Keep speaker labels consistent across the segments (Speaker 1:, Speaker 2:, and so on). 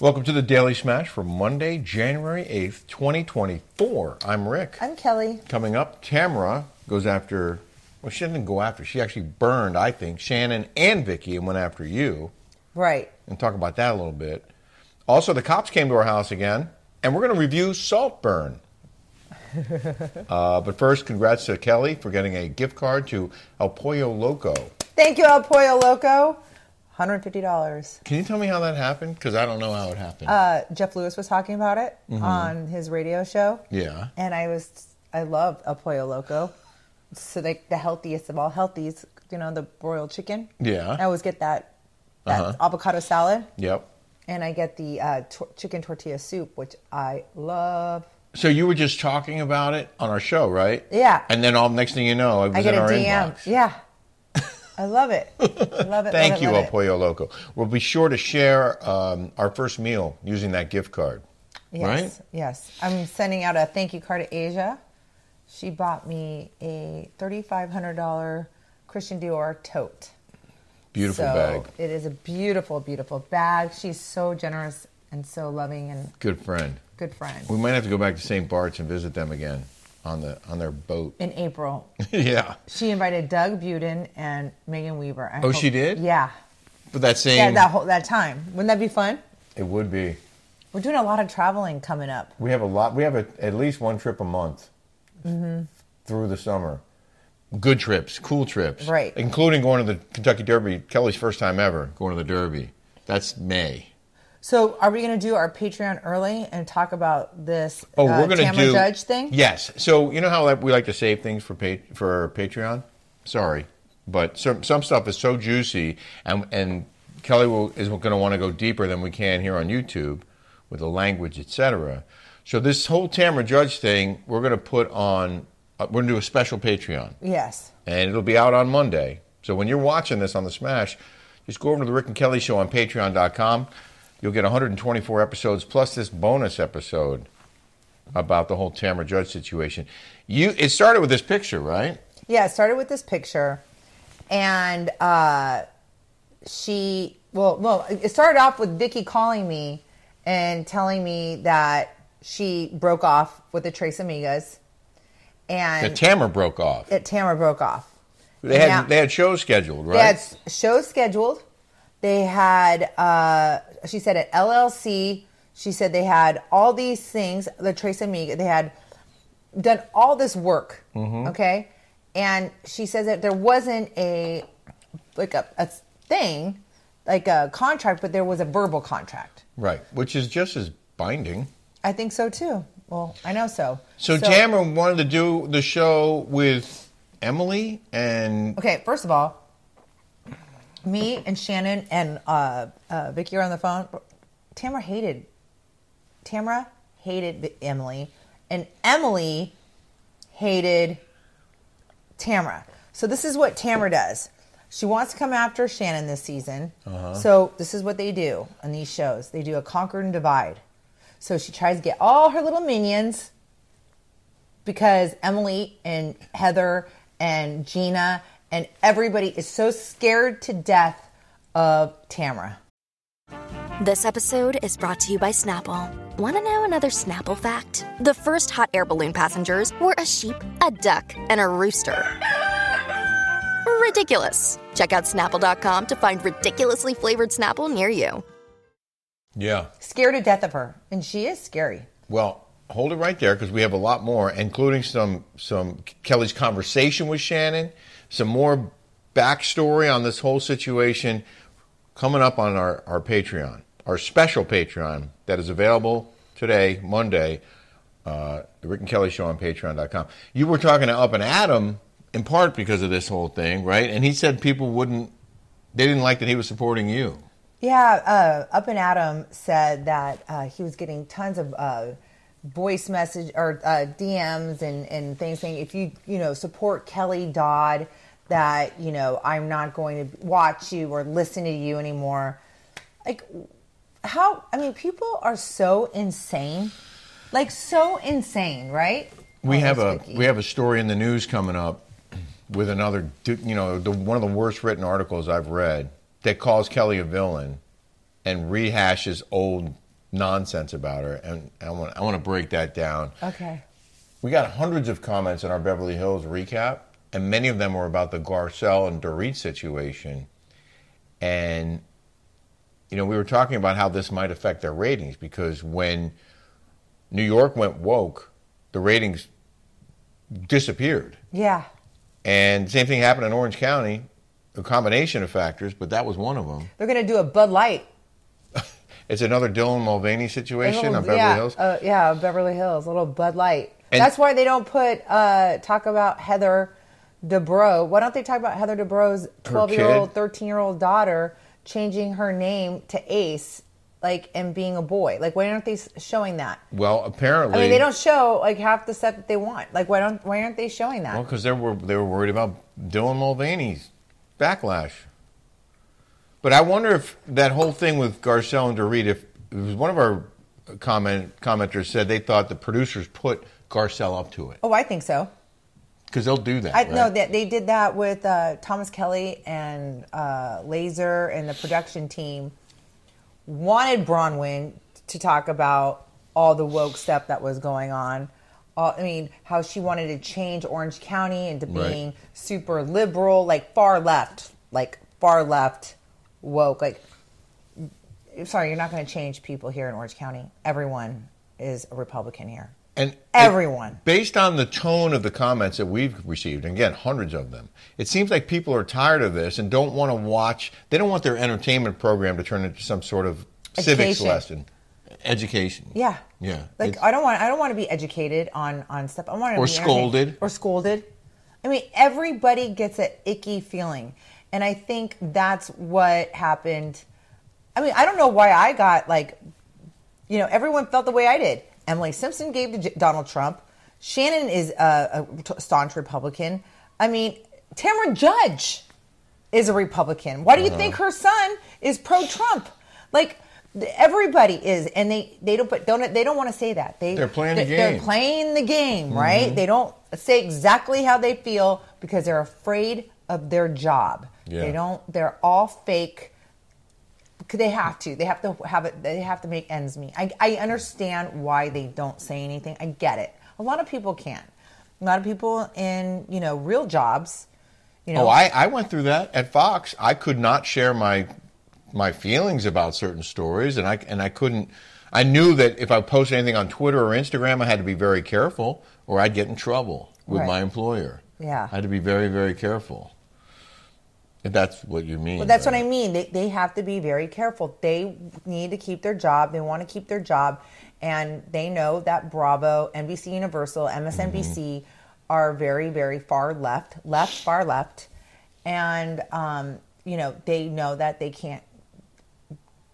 Speaker 1: Welcome to the Daily Smash for Monday, January 8th, 2024. I'm Rick.
Speaker 2: I'm Kelly.
Speaker 1: Coming up, Tamara goes after, well, she didn't go after, she actually burned, I think, Shannon and Vicky and went after you.
Speaker 2: Right.
Speaker 1: And talk about that a little bit. Also, the cops came to our house again, and we're going to review Saltburn. uh, but first, congrats to Kelly for getting a gift card to El Pollo Loco.
Speaker 2: Thank you, El Pollo Loco. $150.
Speaker 1: Can you tell me how that happened? Because I don't know how it happened.
Speaker 2: Uh, Jeff Lewis was talking about it
Speaker 1: Mm-hmm.
Speaker 2: on his radio show.
Speaker 1: yeah.
Speaker 2: And I was, I love El Pollo Loco. So, like, the healthiest of all healthies, you know, the broiled chicken.
Speaker 1: Yeah.
Speaker 2: I always get that, that
Speaker 1: Uh-huh.
Speaker 2: avocado salad.
Speaker 1: Yep.
Speaker 2: And I get the uh, tor- chicken tortilla soup, which I love.
Speaker 1: So you were just talking about it on our show, right?
Speaker 2: Yeah.
Speaker 1: And then all next thing you know, it was
Speaker 2: I get
Speaker 1: in
Speaker 2: a
Speaker 1: our
Speaker 2: DM.
Speaker 1: inbox.
Speaker 2: Yeah. I love it. I love it. love
Speaker 1: Thank
Speaker 2: it,
Speaker 1: you,
Speaker 2: love
Speaker 1: El
Speaker 2: it.
Speaker 1: Pollo Loco. We'll be sure to share um, our first meal using that gift card.
Speaker 2: Yes,
Speaker 1: Right?
Speaker 2: Yes. I'm sending out a thank you card to Asia. She bought me a $3,500 Christian Dior tote.
Speaker 1: Beautiful
Speaker 2: So
Speaker 1: bag.
Speaker 2: It is a beautiful, beautiful bag. She's so generous and so loving and
Speaker 1: Good friend.
Speaker 2: good friend.
Speaker 1: We might have to go back to St. Bart's and visit them again on the on their boat.
Speaker 2: In April,
Speaker 1: yeah.
Speaker 2: she invited Doug Buden and Megan Weaver. I
Speaker 1: Oh, she did?
Speaker 2: Yeah.
Speaker 1: But that same
Speaker 2: Yeah, that whole that time. Wouldn't that be fun?
Speaker 1: it would be.
Speaker 2: We're doing a lot of traveling coming up.
Speaker 1: We have a lot. We have a, at least one trip a month through the summer. Good trips, cool trips,
Speaker 2: Right.
Speaker 1: Including going to the Kentucky Derby. Kelly's first time ever going to the Derby. That's May.
Speaker 2: So, are we going to do our Patreon early and talk about this
Speaker 1: Oh,
Speaker 2: uh,
Speaker 1: we're going to
Speaker 2: Tamara
Speaker 1: do
Speaker 2: Judge thing?
Speaker 1: Yes. So you know how like, we like to save things for pa- for Patreon. Sorry, but some some stuff is so juicy, and and Kelly will, is going to want to go deeper than we can here on YouTube with the language, etc. So this whole Tamara Judge thing, we're going to put on. Uh, we're going to do a special Patreon,
Speaker 2: Yes.
Speaker 1: and it'll be out on Monday. So when you're watching this on the Smash, just go over to the Rick and Kelly Show on Patreon.com. You'll get 124 episodes plus this bonus episode about the whole Tamra Judge situation. You, it started with this picture, right?
Speaker 2: Yeah, it started with this picture, and uh, she well, well, it started off with Vicky calling me and telling me that she broke off with the Trace Amigas,
Speaker 1: That
Speaker 2: and
Speaker 1: Tamra broke off.
Speaker 2: that Tamara broke off.
Speaker 1: They had
Speaker 2: Now-
Speaker 1: they had shows scheduled, right?
Speaker 2: They had s- shows scheduled. They had, uh, she said, at LLC. She said they had all these things. The Trace Amiga. They had done all this work.
Speaker 1: Mm-hmm.
Speaker 2: Okay, and she says that there wasn't a like a, a thing, like a contract, but there was a verbal contract.
Speaker 1: Right, which is just as binding.
Speaker 2: I think so too. Well, I know so.
Speaker 1: So, Tamra wanted to do the show with Emily and
Speaker 2: Okay, first of all, me and Shannon and uh, uh, Vicky are on the phone. Tamara hated. Tamara hated Vi- Emily, and Emily hated Tamara. So this is what Tamara does. She wants to come after Shannon this season. So this is what they do on these shows. They do a conquer and divide. So she tries to get all her little minions because Emily and Heather and Gina and everybody is so scared to death of Tamara.
Speaker 3: This episode is brought to you by Snapple. Want to know another Snapple fact? The first hot air balloon passengers were a sheep, a duck, and a rooster. Ridiculous. Check out snapple.com to find ridiculously flavored Snapple near you.
Speaker 1: yeah.
Speaker 2: Scared to death of her. And she is scary.
Speaker 1: Well, hold it right there because we have a lot more, including some some Kelly's conversation with Shannon, some more backstory on this whole situation coming up on our, our Patreon, our special Patreon that is available today, Monday, uh, the Rick and Kelly Show on Patreon.com. You were talking to Up and Adam in part because of this whole thing, right? And he said people wouldn't, they didn't like that he was supporting you.
Speaker 2: Yeah, uh, Up and Adam said that uh, he was getting tons of uh, voice message or uh, DMs and, and things saying if you you know support Kelly Dodd that you know I'm not going to watch you or listen to you anymore. Like how I mean people are so insane, like so insane, right?
Speaker 1: We
Speaker 2: Oh,
Speaker 1: have a
Speaker 2: that's Vicky.
Speaker 1: we have a story in the news coming up with another du- you know the, one of the worst written articles I've read that calls Kelly a villain and rehashes old nonsense about her, and I want I want to break that down.
Speaker 2: Okay.
Speaker 1: We got hundreds of comments in our Beverly Hills recap, and many of them were about the Garcelle and Dorit situation. And, you know, we were talking about how this might affect their ratings because when New York went woke, the ratings disappeared.
Speaker 2: Yeah.
Speaker 1: And same thing happened in Orange County, a combination of factors, but that was one of them.
Speaker 2: They're going to do a Bud Light.
Speaker 1: It's another Dylan Mulvaney
Speaker 2: A
Speaker 1: situation
Speaker 2: little-
Speaker 1: on Beverly
Speaker 2: yeah,
Speaker 1: Hills.
Speaker 2: uh, yeah, Beverly Hills, a little Bud Light.
Speaker 1: And-
Speaker 2: That's why they don't put uh, talk about Heather DeBro. Why don't they talk about Heather DeBro's twelve-year-old,
Speaker 1: kid?
Speaker 2: thirteen-year-old daughter changing her name to Ace, like and being a boy? Like, why aren't they s- showing that?
Speaker 1: well, apparently.
Speaker 2: I mean, they don't show like half the stuff that they want. Like, why don't why aren't they showing that?
Speaker 1: Well, because they were they were worried about Dylan Mulvaney's backlash. But I wonder if that whole thing with Garcelle and Dorit, if it was one of our comment commenters said they thought the producers put Garcelle up to it
Speaker 2: oh, I think so.
Speaker 1: because they'll do that.
Speaker 2: I
Speaker 1: right?
Speaker 2: no, they, they did that with uh, Thomas Kelly and uh, Laser and the production team. Wanted Bronwyn to talk about all the woke stuff that was going on. All, I mean, how she wanted to change Orange County into
Speaker 1: Right.
Speaker 2: being super liberal, like far left, like far left woke. Like, I'm sorry, you're not going to change people here in Orange County. Everyone is a Republican here.
Speaker 1: and
Speaker 2: Everyone.
Speaker 1: based on the tone of the comments that we've received, and again, hundreds of them, it seems like people are tired of this and don't want to watch. They don't want their entertainment program to turn into some sort of civics
Speaker 2: Education.
Speaker 1: lesson, education.
Speaker 2: Yeah.
Speaker 1: yeah.
Speaker 2: Like
Speaker 1: It's-
Speaker 2: I don't want I don't want to be educated on on stuff. I want to
Speaker 1: Or
Speaker 2: be entertained.
Speaker 1: scolded.
Speaker 2: or scolded. I mean, everybody gets an icky feeling, and I think that's what happened. I mean, I don't know why I got like, you know, everyone felt the way I did. Emily Simpson gave to J- Donald Trump. Shannon is a, a t- staunch Republican. I mean, Tamara Judge is a Republican. Why do
Speaker 1: Uh-huh.
Speaker 2: you think her son is pro-Trump? Like th- everybody is, and they they don't but don't they don't want to say that they
Speaker 1: They're playing the
Speaker 2: they- they're
Speaker 1: game. Mm-hmm.
Speaker 2: playing the game, right? They don't say exactly how they feel because they're afraid of their job.
Speaker 1: Yeah.
Speaker 2: They don't. They're all fake. 'Cause They have to. They have to have it. They have to make ends meet. I, I understand why they don't say anything. I get it. A lot of people can't. A lot of people in you know real jobs. You know,
Speaker 1: Oh, I, I went through that at Fox. I could not share my my feelings about certain stories, and I and I couldn't. I knew that if I posted anything on Twitter or Instagram, I had to be very careful, or I'd get in trouble with
Speaker 2: Right.
Speaker 1: my employer.
Speaker 2: Yeah.
Speaker 1: I had to be very very careful. If that's what you mean.
Speaker 2: But that's what
Speaker 1: right?
Speaker 2: I mean. They, they have to be very careful. They need to keep their job. They want to keep their job. And they know that Bravo, NBC Universal, MSNBC are very, very far left, left, far left. And, um, you know, they know that they can't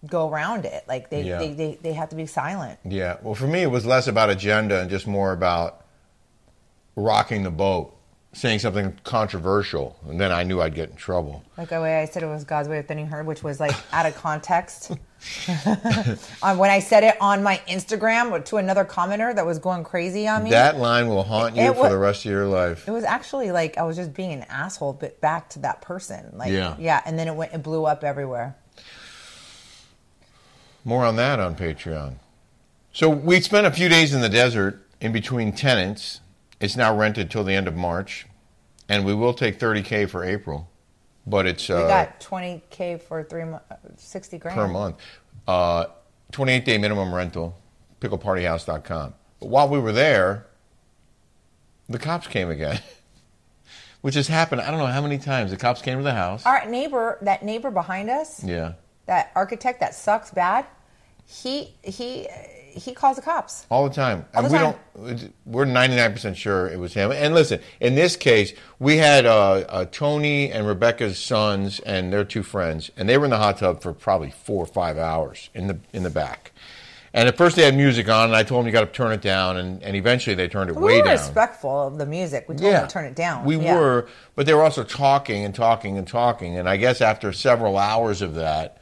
Speaker 2: go around it. Like they,
Speaker 1: Yeah.
Speaker 2: they, they, they have to be silent.
Speaker 1: Yeah. Well, for me, it was less about agenda and just more about rocking the boat, saying something controversial, and then I knew I'd get in trouble.
Speaker 2: Like the way I said it was God's way of thinning her, which was like out of context. on when I said it on my Instagram to another commenter that was going crazy on me.
Speaker 1: that line will haunt you
Speaker 2: it
Speaker 1: for
Speaker 2: wa-
Speaker 1: the rest of your life.
Speaker 2: It was actually like I was just being an asshole, but back to that person. Like,
Speaker 1: Yeah.
Speaker 2: and then it went, it blew up everywhere.
Speaker 1: More on that on Patreon. So we spent a few days in the desert in between tenants. It's now rented till the end of March, and we will take 30k for April, but it's
Speaker 2: We
Speaker 1: uh,
Speaker 2: got 20k for three, mo- uh, 60 grand
Speaker 1: per month. Uh, 28 day minimum rental, picklepartyhouse.com. But while we were there, the cops came again, which has happened. I don't know how many times the cops came to the house.
Speaker 2: Our neighbor, that neighbor behind us,
Speaker 1: Yeah,
Speaker 2: that architect that sucks bad, he he he calls the cops.
Speaker 1: all the time.
Speaker 2: All the
Speaker 1: we
Speaker 2: time.
Speaker 1: don't. We're 99% sure it was him. And listen, in this case, we had uh, uh, Tony and Rebecca's sons and their two friends, and they were in the hot tub for probably four or five hours in the in the back. And at first they had music on, and I told them you got to turn it down, and, and eventually they turned it
Speaker 2: We
Speaker 1: way
Speaker 2: were
Speaker 1: down.
Speaker 2: respectful of the music. We told him to turn it down.
Speaker 1: We
Speaker 2: Yeah.
Speaker 1: were, but they were also talking and talking and talking. And I guess after several hours of that,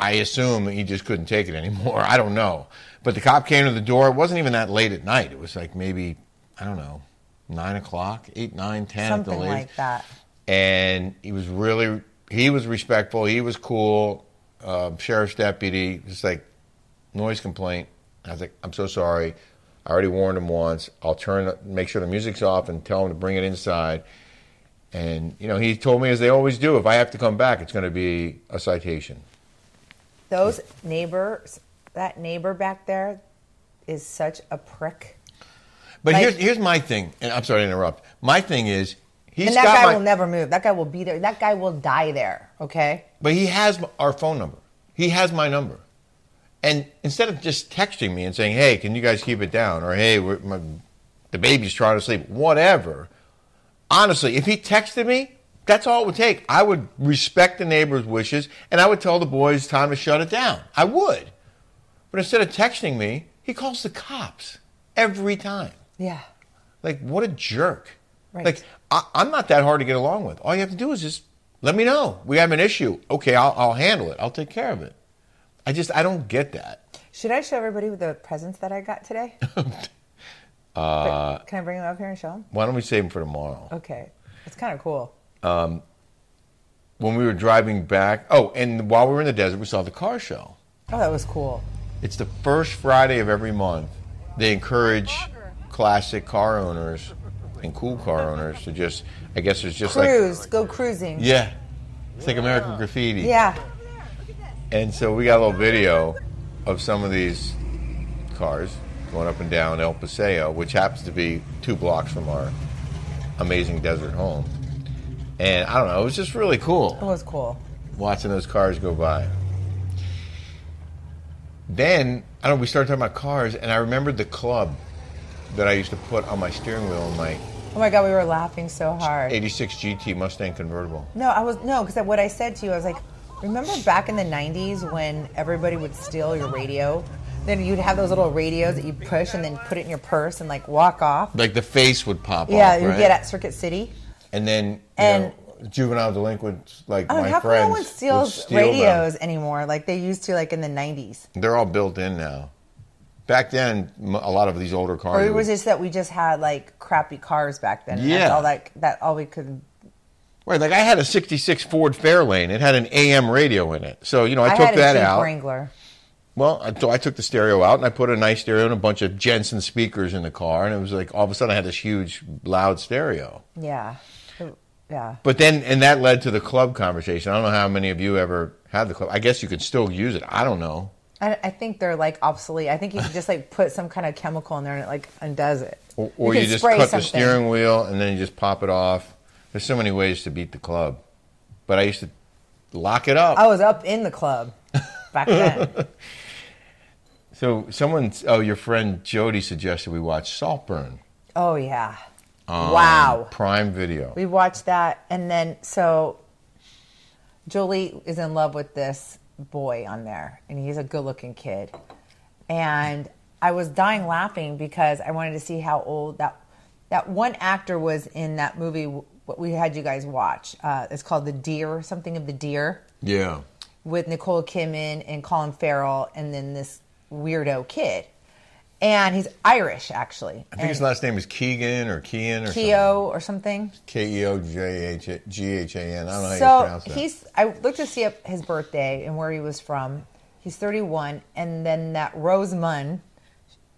Speaker 1: I assume he just couldn't take it anymore. I don't know. But the cop came to the door. It wasn't even that late at night. It was like maybe, I don't know, nine o'clock, eight, nine, ten at
Speaker 2: something
Speaker 1: the latest
Speaker 2: like that.
Speaker 1: and he was really he was respectful. He was cool. Um, sheriff's deputy, just like noise complaint. I was like, I'm so sorry. I already warned him once. I'll turn, make sure the music's off, and tell him to bring it inside. And you know, he told me as they always do, if I have to come back, it's going to be a citation.
Speaker 2: Those neighbors, that neighbor back there is such a prick.
Speaker 1: But
Speaker 2: Like-
Speaker 1: here's here's my thing, and I'm sorry to interrupt. My thing is, he's
Speaker 2: and that
Speaker 1: got
Speaker 2: guy
Speaker 1: my,
Speaker 2: will never move. That guy will be there. That guy will die there. Okay.
Speaker 1: but he has m- our phone number. He has my number. And instead of just texting me and saying, "Hey, can you guys keep it down?" or "Hey, we're, my, the baby's trying to sleep," whatever. Honestly, if he texted me, that's all it would take. I would respect the neighbor's wishes, and I would tell the boys time to shut it down. I would. But instead of texting me, he calls the cops every time.
Speaker 2: Yeah.
Speaker 1: Like, what a jerk.
Speaker 2: Right.
Speaker 1: Like, I, I'm not that hard to get along with. All you have to do is just let me know. We have an issue. Okay, I'll, I'll handle it. I'll take care of it. I just, I don't get that.
Speaker 2: Should I show everybody the presents that I got today? uh, Can I bring them up here and show them?
Speaker 1: Why don't we save them for tomorrow?
Speaker 2: Okay. It's kind of cool.
Speaker 1: When we were driving back, oh, and while we were in the desert, we saw the car show.
Speaker 2: Oh, that was cool.
Speaker 1: It's the first Friday of every month. They encourage classic car owners and cool car owners to just, I guess it's just like,
Speaker 2: Cruise. go cruising.
Speaker 1: yeah, it's like American graffiti.
Speaker 2: Yeah.
Speaker 1: And so we got a little video of some of these cars going up and down El Paseo, which happens to be two blocks from our amazing desert home. And I don't know, it was just really
Speaker 2: It
Speaker 1: cool
Speaker 2: was cool.
Speaker 1: watching those cars go by. Then, I don't know, we started talking about cars, and I remembered the club that I used to put on my steering wheel in my
Speaker 2: Oh my God, we were laughing so hard.
Speaker 1: 86 GT Mustang convertible.
Speaker 2: No, I was no, because what I said to you, I was like, remember back in the '90s when everybody would steal your radio? Then you'd have those little radios that you push and then put it in your purse and like walk off.
Speaker 1: Like the face would pop
Speaker 2: yeah,
Speaker 1: off.
Speaker 2: you
Speaker 1: right?
Speaker 2: get at Circuit City.
Speaker 1: And then you
Speaker 2: And-
Speaker 1: know, juvenile delinquents like
Speaker 2: Oh,
Speaker 1: my
Speaker 2: how come
Speaker 1: friends
Speaker 2: no one
Speaker 1: would
Speaker 2: steals
Speaker 1: steal them.
Speaker 2: radios anymore like they used to like in the '90s?
Speaker 1: They're all built in now. Back then, m- a lot of these older
Speaker 2: Or
Speaker 1: cars.
Speaker 2: it was
Speaker 1: would-
Speaker 2: just that we just had like crappy cars back then. and that's
Speaker 1: Yeah.
Speaker 2: all that that all we could.
Speaker 1: right, like I had a '66 Ford Fairlane. It had an AM radio in it, so you know I,
Speaker 2: I,
Speaker 1: took
Speaker 2: had a
Speaker 1: that
Speaker 2: Jeep
Speaker 1: out.
Speaker 2: Wrangler.
Speaker 1: Well, I, so I took the stereo out and I put a nice stereo and a bunch of Jensen speakers in the car, and it was like all of a sudden I had this huge, loud stereo.
Speaker 2: Yeah, It- yeah.
Speaker 1: But then, and that led to the club conversation. I don't know how many of you ever had the club. I guess you could still use it. I don't know.
Speaker 2: I, I think they're like obsolete. I think you could just like put some kind of chemical in there and it like undoes it.
Speaker 1: Or, or
Speaker 2: can
Speaker 1: you just
Speaker 2: spray
Speaker 1: cut the
Speaker 2: something.
Speaker 1: steering wheel and then you just pop it off. There's so many ways to beat the club. But I used to lock it up.
Speaker 2: I was up in the club back then.
Speaker 1: So someone, oh, your friend Jody suggested we watch Saltburn.
Speaker 2: oh yeah.
Speaker 1: Um,
Speaker 2: wow.
Speaker 1: Prime Video.
Speaker 2: We watched that and then so Jolie is in love with this boy on there and he's a good-looking kid. And I was dying laughing because I wanted to see how old that that one actor was in that movie w- what we had you guys watch. Uh, it's called The Deer, something of the Deer.
Speaker 1: Yeah.
Speaker 2: with Nicole Kidman and Colin Farrell, and then this weirdo kid, and he's Irish actually.
Speaker 1: I think his last name is Keegan or Kean or
Speaker 2: Keo or something.
Speaker 1: K E O J H G H A N. I don't know how you
Speaker 2: So
Speaker 1: pronounce that.
Speaker 2: he's. I looked to see up his birthday and where he was from. He's 31, and then that Rose Munn,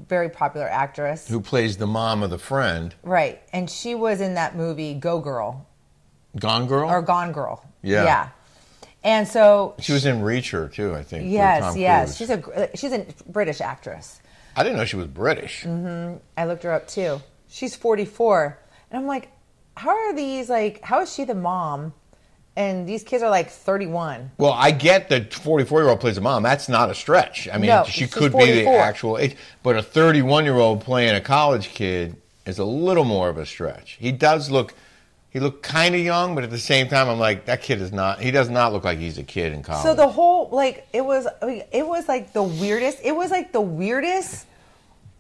Speaker 2: very popular actress,
Speaker 1: Who plays the mom of the friend?
Speaker 2: right? And she was in that movie Go Girl
Speaker 1: Gone Girl.
Speaker 2: or Gone Girl.
Speaker 1: Yeah.
Speaker 2: yeah. And so
Speaker 1: she was in Reacher too, I think. with
Speaker 2: yes,
Speaker 1: Tom
Speaker 2: yes,
Speaker 1: Cruise.
Speaker 2: she's a gr- uh, she's a British actress.
Speaker 1: I didn't know she was British.
Speaker 2: I looked her up too. She's 44. And I'm like, how are these like how is she the mom and these kids are like 31?
Speaker 1: Well, I get that 44 year old plays a mom. That's not a stretch. I mean,
Speaker 2: No,
Speaker 1: she
Speaker 2: she's
Speaker 1: could be the
Speaker 2: 44.
Speaker 1: actual age, but a 31 year old playing a college kid is a little more of a stretch. He does look, he looked kind of young, but at the same time, I'm like, that kid is not, he does not look like he's a kid in college.
Speaker 2: So the whole like it was I mean, it was like the weirdest. It was like the weirdest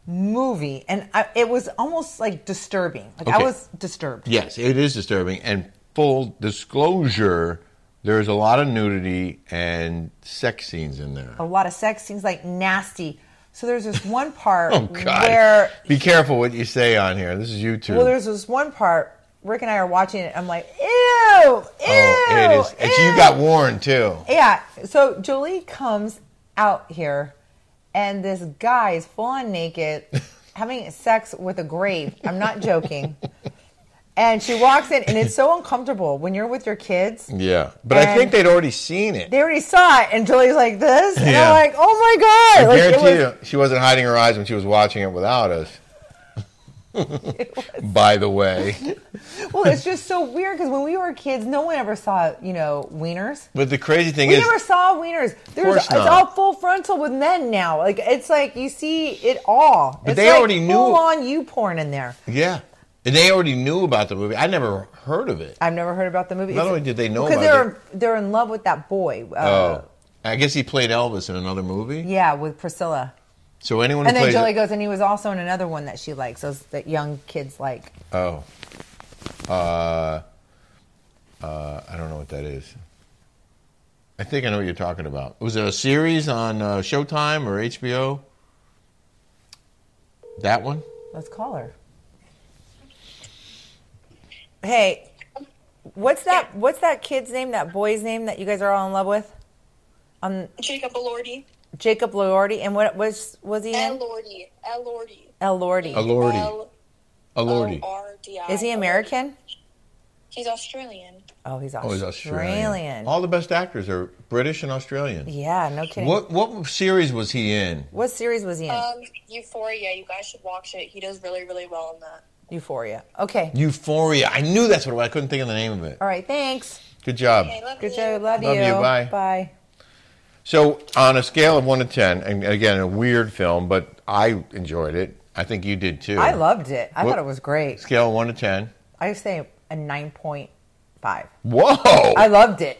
Speaker 2: movie and I, it was almost like disturbing. Like I
Speaker 1: Okay.
Speaker 2: was disturbed.
Speaker 1: yes, it is disturbing. And full disclosure, there's a lot of nudity and sex scenes in there.
Speaker 2: A lot of sex scenes like nasty. So there's this one part
Speaker 1: Oh, God.
Speaker 2: where
Speaker 1: be careful what you say on here. This is YouTube.
Speaker 2: well there's this one part Rick and I are watching it. I'm like, ew, ew.
Speaker 1: oh, it is. it's- you
Speaker 2: ew."
Speaker 1: got warned too.
Speaker 2: Yeah. So Jolie comes out here and this guy is full on naked having sex with a grape. I'm not joking. and she walks in, and it's so uncomfortable when you're with your kids.
Speaker 1: Yeah, but I
Speaker 2: And-
Speaker 1: think they'd already seen it.
Speaker 2: They already saw it, and Julie's like this, and
Speaker 1: Yeah.
Speaker 2: I'm like, oh my
Speaker 1: I
Speaker 2: god! Like, it
Speaker 1: guarantee
Speaker 2: was-
Speaker 1: you, she wasn't hiding her eyes when she was watching it without us. By the way,
Speaker 2: Well, it's just so weird because when we were kids, no one ever saw, you know, wieners.
Speaker 1: but the crazy thing
Speaker 2: We
Speaker 1: is,
Speaker 2: never saw wieners. There's,
Speaker 1: course
Speaker 2: it's
Speaker 1: not.
Speaker 2: all full frontal with men now. Like it's like you see it all. But it's
Speaker 1: they
Speaker 2: like
Speaker 1: already knew-
Speaker 2: full on you porn in there.
Speaker 1: yeah, and they already knew about the movie. I never heard of it.
Speaker 2: I've never heard about the movie.
Speaker 1: Not
Speaker 2: It's-
Speaker 1: only did they know
Speaker 2: because
Speaker 1: about
Speaker 2: they're they're in love with that boy. Uh,
Speaker 1: Oh, I guess he played Elvis in another movie.
Speaker 2: yeah, with Priscilla.
Speaker 1: So anyone who
Speaker 2: And then
Speaker 1: plays
Speaker 2: Julie goes, and he was also in another one that she likes. Those that young kids like.
Speaker 1: oh, uh, uh, I don't know what that is. I think I know what you're talking about. Was it a series on uh, Showtime or HBO? That one?
Speaker 2: Let's call her. Hey, what's that? What's that kid's name? That boy's name that you guys are all in love with?
Speaker 4: Jacob Elordi.
Speaker 2: Jacob Lordy. And what was was he in?
Speaker 4: Elordi. Elordi.
Speaker 2: El Lordy.
Speaker 1: Alordi. Alordi.
Speaker 2: Oh,
Speaker 4: L-O-R-D-I.
Speaker 2: Is he American?
Speaker 4: He's Australian.
Speaker 2: Oh, he's
Speaker 1: Oh,
Speaker 2: Australian.
Speaker 1: he's Australian. All the best actors are British and Australian.
Speaker 2: yeah, no kidding. What,
Speaker 1: What what series was he in?
Speaker 2: series was he in?
Speaker 4: Um, Euphoria. You guys should watch it. He does really, really well in that.
Speaker 2: Euphoria. Okay.
Speaker 1: Euphoria. I knew that's what it was. I couldn't think of the name of it.
Speaker 2: All right. Thanks.
Speaker 1: Good job.
Speaker 4: Okay, love
Speaker 2: Good
Speaker 4: you.
Speaker 2: show. Love,
Speaker 1: Love you, bye.
Speaker 2: Bye.
Speaker 1: So, on a scale of one to ten, and again, a weird film, but I enjoyed it. I think you did too.
Speaker 2: I loved it. I
Speaker 1: What-
Speaker 2: thought it was great.
Speaker 1: scale of one to ten.
Speaker 2: I would say a nine point five.
Speaker 1: Whoa!
Speaker 2: I loved it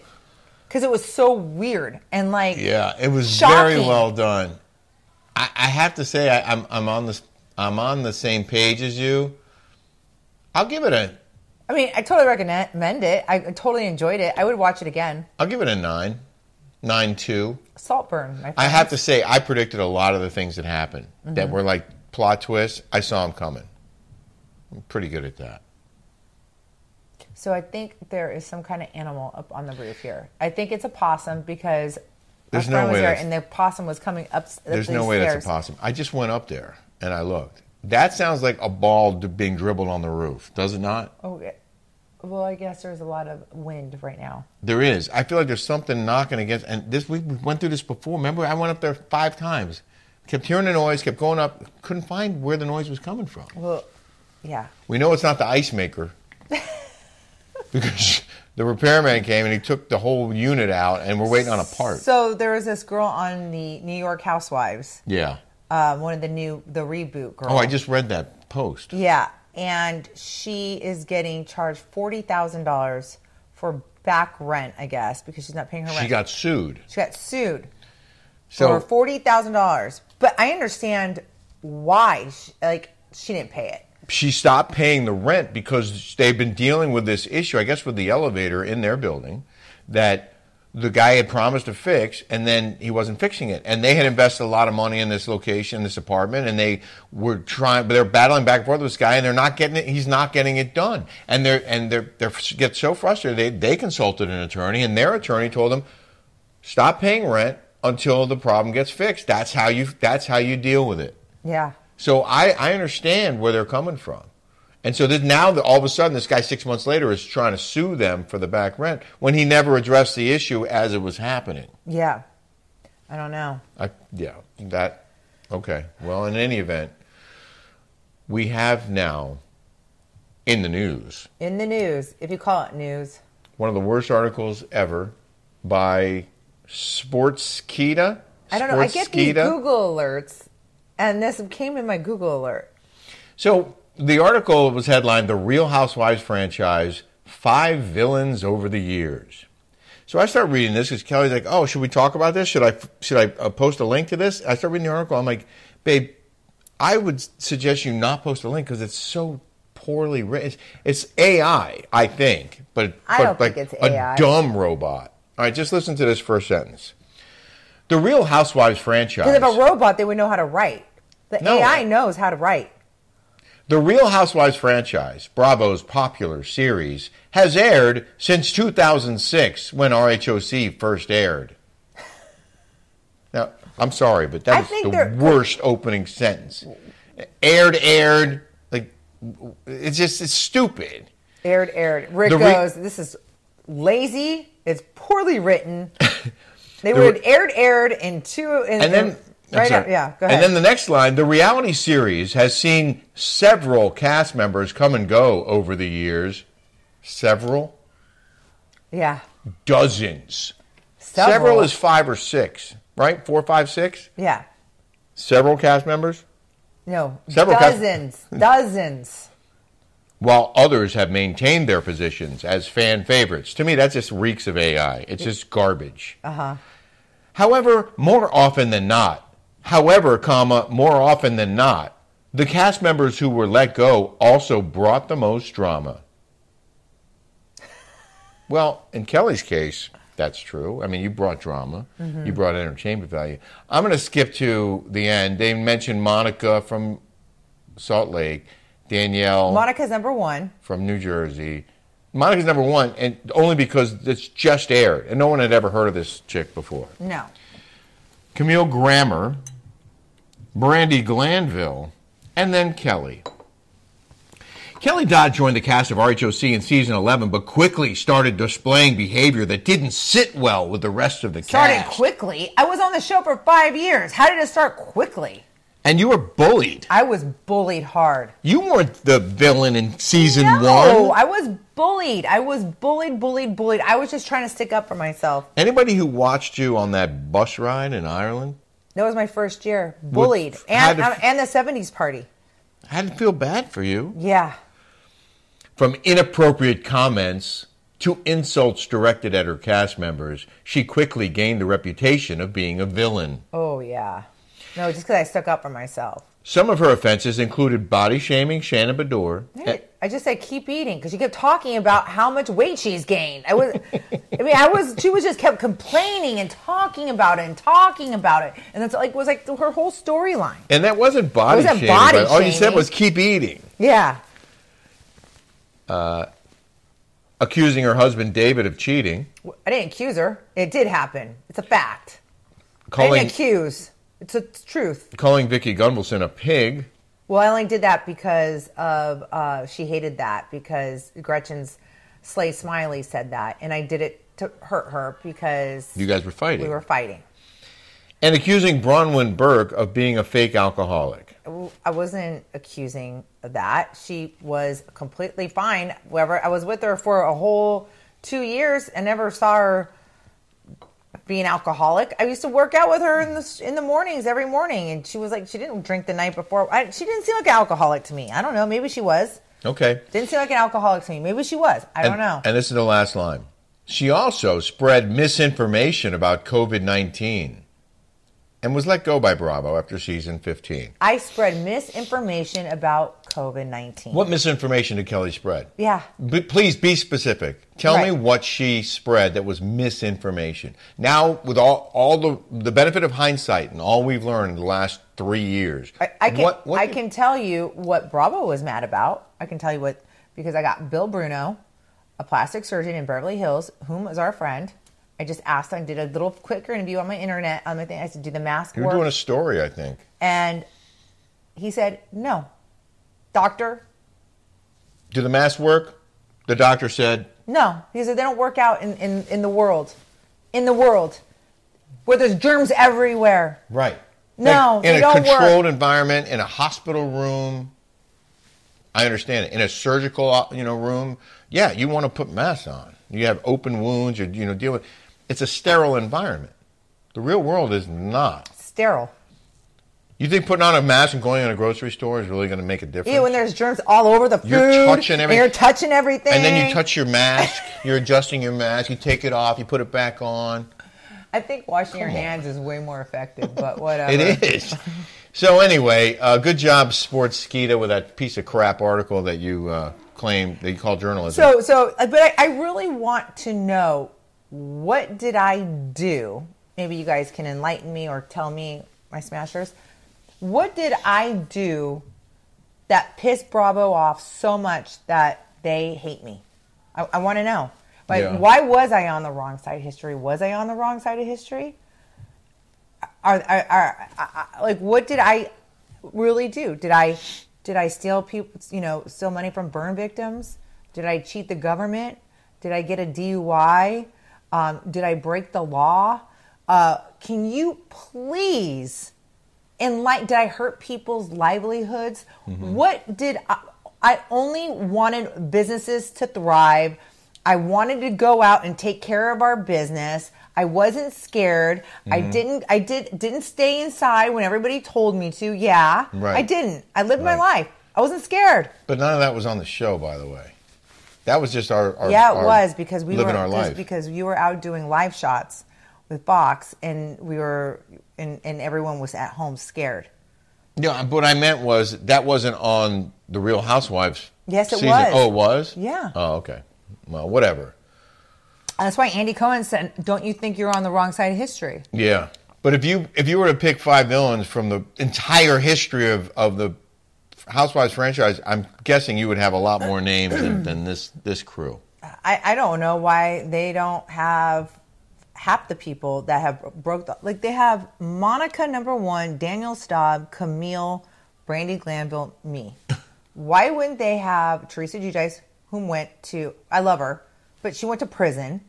Speaker 2: because it was so weird and like
Speaker 1: yeah, it was very
Speaker 2: Shocking.
Speaker 1: well done. I, I have to say, I, I'm I'm on the I'm on the same page as you. I'll give it a
Speaker 2: I mean, I totally recommend it. I totally enjoyed it. I would watch it again.
Speaker 1: I'll give it a nine, nine two.
Speaker 2: Saltburn. My
Speaker 1: I have to say, I predicted a lot of the things that happened that were like plot twists. I saw them coming. I'm pretty good at that.
Speaker 2: So I think there is some kind of animal up on the roof here. I think it's a possum because
Speaker 1: There's
Speaker 2: our
Speaker 1: no
Speaker 2: friend was
Speaker 1: way
Speaker 2: there
Speaker 1: that's-
Speaker 2: and the possum was coming up. s- up
Speaker 1: There's
Speaker 2: these
Speaker 1: no way
Speaker 2: stairs.
Speaker 1: that's a possum. I just went up there and I looked. That sounds like a ball d- being dribbled on the roof, does it not?
Speaker 2: Okay. Oh, Well, I guess there's a lot of wind right now.
Speaker 1: There is. I feel like there's something knocking against. And this we we went through this before. Remember, I went up there five times, kept hearing the noise, kept going up, couldn't find where the noise was coming from.
Speaker 2: Well, yeah.
Speaker 1: We know it's not the ice maker because the repairman came and he took the whole unit out, and we're waiting on a part.
Speaker 2: So there was this girl on the New York Housewives,
Speaker 1: yeah.
Speaker 2: um, one of the new the reboot girls.
Speaker 1: Oh, I just read that post.
Speaker 2: Yeah, and she is getting charged forty thousand dollars for back rent, I guess, because she's not paying her rent.
Speaker 1: She got sued.
Speaker 2: she got sued for
Speaker 1: So
Speaker 2: forty thousand dollars. But I understand why, she, like she didn't pay it.
Speaker 1: she stopped paying the rent because they've been dealing with this issue, I guess, with the elevator in their building that the guy had promised to fix and then he wasn't fixing it. And they had invested a lot of money in this location, this apartment, and they were trying, but they're battling back and forth with this guy and they're not getting it. He's not getting it done. And they're, and they're, they're get so frustrated. They, they consulted an attorney and their attorney told them, stop paying rent until the problem gets fixed. That's how you, that's how you deal with it.
Speaker 2: Yeah,
Speaker 1: So I, I understand where they're coming from. And so this, now that all of a sudden this guy six months later is trying to sue them for the back rent when he never addressed the issue as it was happening.
Speaker 2: yeah. I don't know.
Speaker 1: I, yeah, that, okay. Well, in any event, we have now in the news
Speaker 2: In the news, if you call it news,
Speaker 1: one of the worst articles ever by Sportskita.
Speaker 2: I don't know. I get these Google alerts, and this came in my Google alert.
Speaker 1: So the article was headlined The Real Housewives Franchise Five Villains Over the Years. So I start reading this because Kelly's like, "Oh, should we talk about this? Should I should I uh, post a link to this?" I start reading the article. I'm like, "Babe, I would s- suggest you not post a link because it's so poorly written. It's, it's AI, I think, but
Speaker 2: I
Speaker 1: but
Speaker 2: don't
Speaker 1: like
Speaker 2: think it's AI.
Speaker 1: a dumb robot." All right, just listen to this first sentence. The Real Housewives franchise.
Speaker 2: Because if a robot, they would know how to write. The
Speaker 1: No.
Speaker 2: AI knows how to write.
Speaker 1: The Real Housewives franchise, Bravo's popular series, has aired since 2006 when RHOC first aired. Now, I'm sorry, but
Speaker 2: I
Speaker 1: that was
Speaker 2: think
Speaker 1: the
Speaker 2: they're-
Speaker 1: worst opening sentence. Aired, aired. Like it's just it's stupid.
Speaker 2: Aired, aired. Rick
Speaker 1: The re-
Speaker 2: goes, this is lazy. It's poorly written. They
Speaker 1: The
Speaker 2: would
Speaker 1: re-
Speaker 2: have aired, aired in two. In,
Speaker 1: And then
Speaker 2: in-
Speaker 1: I'm
Speaker 2: right
Speaker 1: sorry.
Speaker 2: up. Yeah, go ahead.
Speaker 1: And then the next line, the reality series has seen several cast members come and go over the years. Several?
Speaker 2: yeah.
Speaker 1: Dozens.
Speaker 2: Several.
Speaker 1: is five or six, right? Four, five, six?
Speaker 2: Yeah.
Speaker 1: Several cast members?
Speaker 2: No.
Speaker 1: Several cus-
Speaker 2: dozens. dozens.
Speaker 1: While others have maintained their positions as fan favorites. To me, that just reeks of AI. It's just garbage. Uh huh. However, more often than not, however, comma, more often than not, the cast members who were let go also brought the most drama. Well, in Kelly's case, that's true. I mean, you brought drama, you brought entertainment value. I'm going to skip to the end. They mentioned Monica from Salt Lake, Danielle
Speaker 2: Monica's number one.
Speaker 1: from New Jersey. Monica's number one, and only because it's just aired, and no one had ever heard of this chick before.
Speaker 2: No.
Speaker 1: Camille Grammer, Brandy Glanville, and then Kelly. Kelly Dodd joined the cast of RHOC in season 11, but quickly started displaying behavior that didn't sit well with the rest of the
Speaker 2: Started
Speaker 1: cast.
Speaker 2: quickly. I was on the show for five years. How did it start quickly?
Speaker 1: and you were bullied.
Speaker 2: I was bullied hard.
Speaker 1: You weren't the villain in season
Speaker 2: No,
Speaker 1: one.
Speaker 2: I was bullied. I was bullied, bullied, bullied. I was just trying to stick up for myself.
Speaker 1: Anybody who watched you on that bus ride in Ireland
Speaker 2: That was my first year. Bullied.
Speaker 1: had
Speaker 2: And,
Speaker 1: to-
Speaker 2: and the 70s party.
Speaker 1: I had to feel bad for you.
Speaker 2: Yeah.
Speaker 1: From inappropriate comments to insults directed at her cast members, she quickly gained the reputation of being a villain.
Speaker 2: Oh, yeah. No, just because I stuck up for myself.
Speaker 1: Some of her offenses included body shaming Shannon Bador.
Speaker 2: I I just said keep eating because she kept talking about how much weight she's gained. I was, I mean, I was. She was just kept complaining and talking about it and talking about it, and that's like was like her whole storyline.
Speaker 1: And that wasn't body
Speaker 2: It wasn't
Speaker 1: shaming.
Speaker 2: body
Speaker 1: but All you said
Speaker 2: shaming.
Speaker 1: was keep eating.
Speaker 2: Yeah,
Speaker 1: Accusing her husband David of cheating.
Speaker 2: I didn't accuse her. It did happen. It's a fact. I
Speaker 1: Calling,
Speaker 2: didn't accuse. It's a it's truth.
Speaker 1: calling Vicky Gunvalson a pig.
Speaker 2: Well, I only did that because of uh, she hated that because Gretchen's Slay Smiley said that, and I did it to hurt her because
Speaker 1: You guys were fighting.
Speaker 2: we were fighting.
Speaker 1: and accusing Bronwyn Burke of being a fake alcoholic.
Speaker 2: I wasn't accusing of that. She was completely fine. However, I was with her for a whole two years and never saw her being alcoholic. I used to work out with her in the in the mornings every morning, and she was like she didn't drink the night before. I, she didn't seem like an alcoholic to me. I don't know. Maybe she was.
Speaker 1: Okay.
Speaker 2: Didn't seem like an alcoholic to me. Maybe she was. I don't
Speaker 1: and,
Speaker 2: know.
Speaker 1: And this is the last line. She also spread misinformation about COVID 19 and was let go by Bravo after season 15.
Speaker 2: I spread misinformation about COVID nineteen.
Speaker 1: What misinformation did Kelly spread?
Speaker 2: Yeah.
Speaker 1: B- please be specific. Tell me
Speaker 2: Right.
Speaker 1: what she spread that was misinformation. Now, with all, all the, the benefit of hindsight and all we've learned in the last three years,
Speaker 2: I, I can
Speaker 1: what, what
Speaker 2: I
Speaker 1: did-
Speaker 2: can tell you what Bravo was mad about. I can tell you what because I got Bill Bruno, a plastic surgeon in Beverly Hills, whom is our friend. I just asked him, did a little quick interview on my internet on my thing. I said, do the mask
Speaker 1: You're
Speaker 2: work?
Speaker 1: doing a story, I think.
Speaker 2: and he said, no, doctor,
Speaker 1: Do the masks work? The doctor said,
Speaker 2: no. He said they don't work out in, in, in the world, in the world where there's germs everywhere.
Speaker 1: Right.
Speaker 2: No,
Speaker 1: in
Speaker 2: they
Speaker 1: a
Speaker 2: don't work.
Speaker 1: controlled environment, in a hospital room. I understand it. In a surgical, uh, you know, room. Yeah, you want to put masks on. You have open wounds. You're, you know, dealing. It's a sterile environment. The real world is not.
Speaker 2: Sterile.
Speaker 1: You think putting on a mask and going in a grocery store is really going to make a difference?
Speaker 2: Yeah, when there's germs all over the food,
Speaker 1: You're touching
Speaker 2: and
Speaker 1: every-
Speaker 2: you're touching everything,
Speaker 1: and then you touch your mask. You're adjusting your mask. You take it off. You put it back on.
Speaker 2: I think washing your
Speaker 1: Come on.
Speaker 2: hands is way more effective, but whatever.
Speaker 1: It is. So anyway, uh, good job, Sports Skeeta, with that piece of crap article that you uh, claim that you call journalism.
Speaker 2: So, so, uh, but I, I really want to know what did I do? Maybe you guys can enlighten me or tell me, my smashers, what did I do that pissed Bravo off so much that they hate me? I, I want to know. Like,
Speaker 1: Yeah.
Speaker 2: why was I on the wrong side of history? Was I on the wrong side of history? Are, are, are, are like what did I really do? Did I did I steal people? You know, steal money from burn victims? Did I cheat the government? Did I get a DUI? Um, did I break the law? Uh, can you please enlighten? Did I hurt people's livelihoods?
Speaker 1: Mm-hmm.
Speaker 2: What did I, I only wanted businesses to thrive? I wanted to go out and take care of our business. I wasn't scared. I
Speaker 1: Mm-hmm.
Speaker 2: didn't. I did didn't stay inside when everybody told me to. Yeah,
Speaker 1: Right.
Speaker 2: I didn't. I lived my
Speaker 1: Right.
Speaker 2: life. I wasn't scared.
Speaker 1: But none of that was on the show, by the way. That was just our, our
Speaker 2: yeah, it
Speaker 1: our
Speaker 2: was because we
Speaker 1: living
Speaker 2: were
Speaker 1: our
Speaker 2: because-
Speaker 1: life.
Speaker 2: because you were out doing live shots with Box, and we were and and everyone was at home scared.
Speaker 1: Yeah, what I meant was that wasn't on the Real Housewives.
Speaker 2: Yes, it
Speaker 1: season.
Speaker 2: was.
Speaker 1: Oh, it was.
Speaker 2: Yeah.
Speaker 1: Oh, okay. Well, whatever.
Speaker 2: And that's why Andy Cohen said, "Don't you think you're on the wrong side of history?"
Speaker 1: Yeah, but if you if you were to pick five villains from the entire history of of the Housewives franchise, I'm guessing you would have a lot more names than, than this this crew.
Speaker 2: I, I don't know why they don't have half the people that have broke the like they have Monica number one, Daniel Staub, Camille, Brandy Glanville, me. why wouldn't they have Teresa Giudice, whom went to I love her, but she went to prison.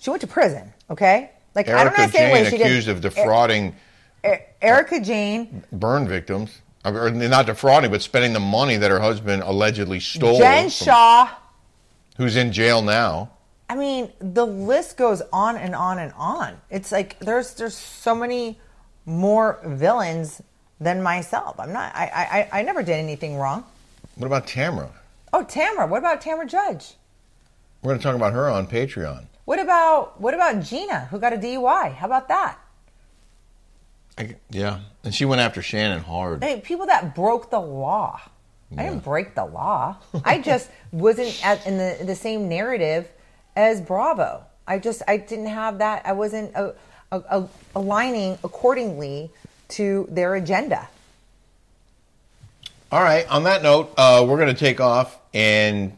Speaker 2: She went to prison, okay? Like I don't
Speaker 1: Erica
Speaker 2: know
Speaker 1: Jane
Speaker 2: saying way she
Speaker 1: accused
Speaker 2: did.
Speaker 1: of defrauding
Speaker 2: E- Erica Jane,
Speaker 1: burn victims, or not defrauding, but spending the money that her husband allegedly stole.
Speaker 2: Jen
Speaker 1: from-
Speaker 2: Shaw.
Speaker 1: who's in jail now.
Speaker 2: I mean, the list goes on and on and on. It's like there's there's so many more villains than myself. I'm not. I I, I never did anything wrong.
Speaker 1: What about Tamra?
Speaker 2: Oh, Tamara. What about Tamara Judge?
Speaker 1: We're going to talk about her on Patreon.
Speaker 2: What about what about Gina who got a DUI? How about that?
Speaker 1: I, yeah, and she went after Shannon hard.
Speaker 2: I mean, people that broke the law. I didn't break the law. I just wasn't at, in the the same narrative as Bravo. I just I didn't have that. I wasn't uh uh uh aligning accordingly to their agenda.
Speaker 1: All right. On that note, uh, we're going to take off and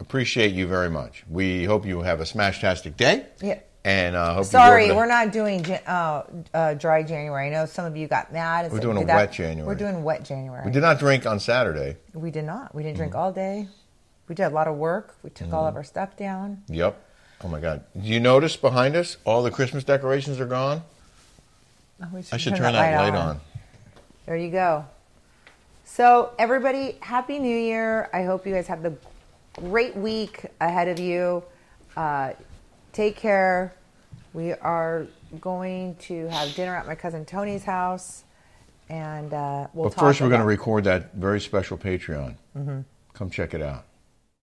Speaker 1: appreciate you very much. We hope you have a smashtastic day.
Speaker 2: Yeah.
Speaker 1: And uh, hope
Speaker 2: Sorry,
Speaker 1: you go over to-
Speaker 2: we're not doing Jan- uh, uh, dry January. I know some of you got mad. and
Speaker 1: We're
Speaker 2: said,
Speaker 1: doing a
Speaker 2: "Did that-"
Speaker 1: wet January.
Speaker 2: We're doing wet January.
Speaker 1: We did Mm. not drink on Saturday.
Speaker 2: We did not. We didn't drink all day. We did a lot of work. We took
Speaker 1: Mm.
Speaker 2: all of our stuff down.
Speaker 1: Yep. Oh my God! Did you notice behind us all the Christmas decorations are gone?
Speaker 2: Oh, we
Speaker 1: I should turn that light on.
Speaker 2: There you go. So, everybody, Happy New Year. I hope you guys have the great week ahead of you. Uh, take care. We are going to have dinner at my cousin Tony's house. And uh, we'll
Speaker 1: But first,
Speaker 2: talk
Speaker 1: we're going to
Speaker 2: about- Mm-hmm.
Speaker 1: record that very special Patreon. Come check it out.